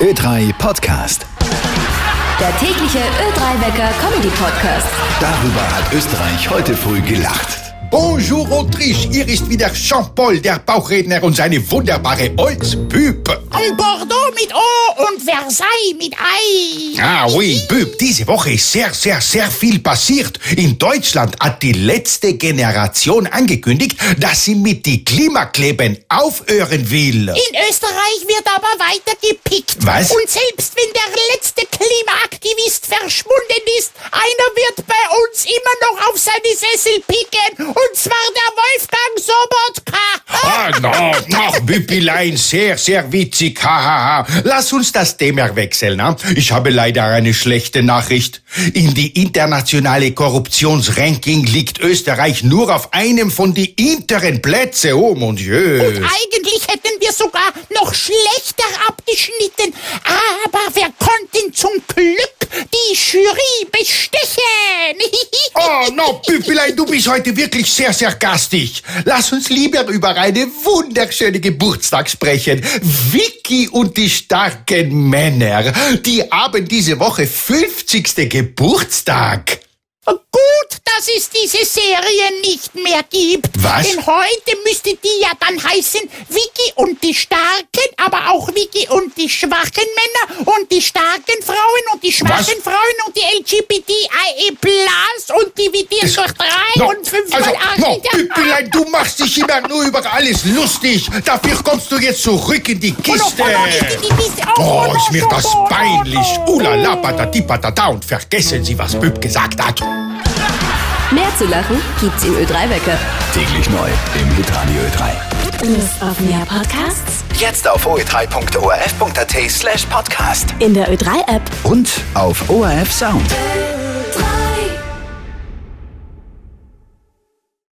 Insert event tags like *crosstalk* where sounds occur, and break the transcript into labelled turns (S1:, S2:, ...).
S1: Ö3 Podcast.
S2: Der tägliche Ö3-Wecker Comedy Podcast.
S1: Darüber hat Österreich heute früh gelacht.
S3: Bonjour Autriche, hier ist wieder Jean-Paul, der Bauchredner und seine wunderbare Oldsbüb.
S4: Ein Bordeaux mit O und Versailles mit Ei.
S3: Ah oui, Büb, diese Woche ist sehr, sehr, sehr viel passiert. In Deutschland hat die letzte Generation angekündigt, dass sie mit die Klimakleben aufhören will.
S4: In Österreich wird aber weiter gepickt.
S3: Was?
S4: Und selbst wenn der letzte Klimaaktivist verschwunden ist, einer wird bei uns immer noch auf seine Sessel picken. Und zwar der Wolfgang Sobotka.
S3: Ah, na, ach, Büppelein, sehr, sehr witzig, hahaha. Ha, ha. Lass uns das Thema wechseln, ne? Ich habe leider eine schlechte Nachricht. In die internationale Korruptionsranking liegt Österreich nur auf einem von die hinteren Plätze, oh mon Dieu.
S4: Eigentlich hätten wir sogar noch schlechter abgeschnitten. Aber wir konnten zum Glück die Jury bestechen. *laughs*
S3: Oh, no, Büppelein, du bist heute wirklich sehr, sehr gastig. Lass uns lieber über eine wunderschöne Geburtstag sprechen. Vicky und die starken Männer, die haben diese Woche 50. Geburtstag.
S4: Gut, dass es diese Serie nicht mehr gibt.
S3: Was?
S4: Denn heute müsste die ja dann heißen Vicky und die Starken, aber auch Vicky und die schwachen Männer und die starken Frauen und die schwachen Frauen und die LGBTIE E Plus und dividiert durch drei
S3: No,
S4: und fünf
S3: also,
S4: mal acht.
S3: no, Büppelein, du machst dich immer nur über alles lustig. Dafür kommst du jetzt zurück in die Kiste. Oh, ist mir das peinlich. Ulala, patati patata und vergessen Sie, was Büb gesagt hat.
S2: Mehr zu lachen gibt's im Ö3-Wecker.
S1: Täglich neu im Hitradio Ö3.
S5: Lust auf mehr Podcasts?
S6: Jetzt auf oe3.orf.at slash podcast.
S5: In der Ö3-App.
S1: Und auf ORF Sound.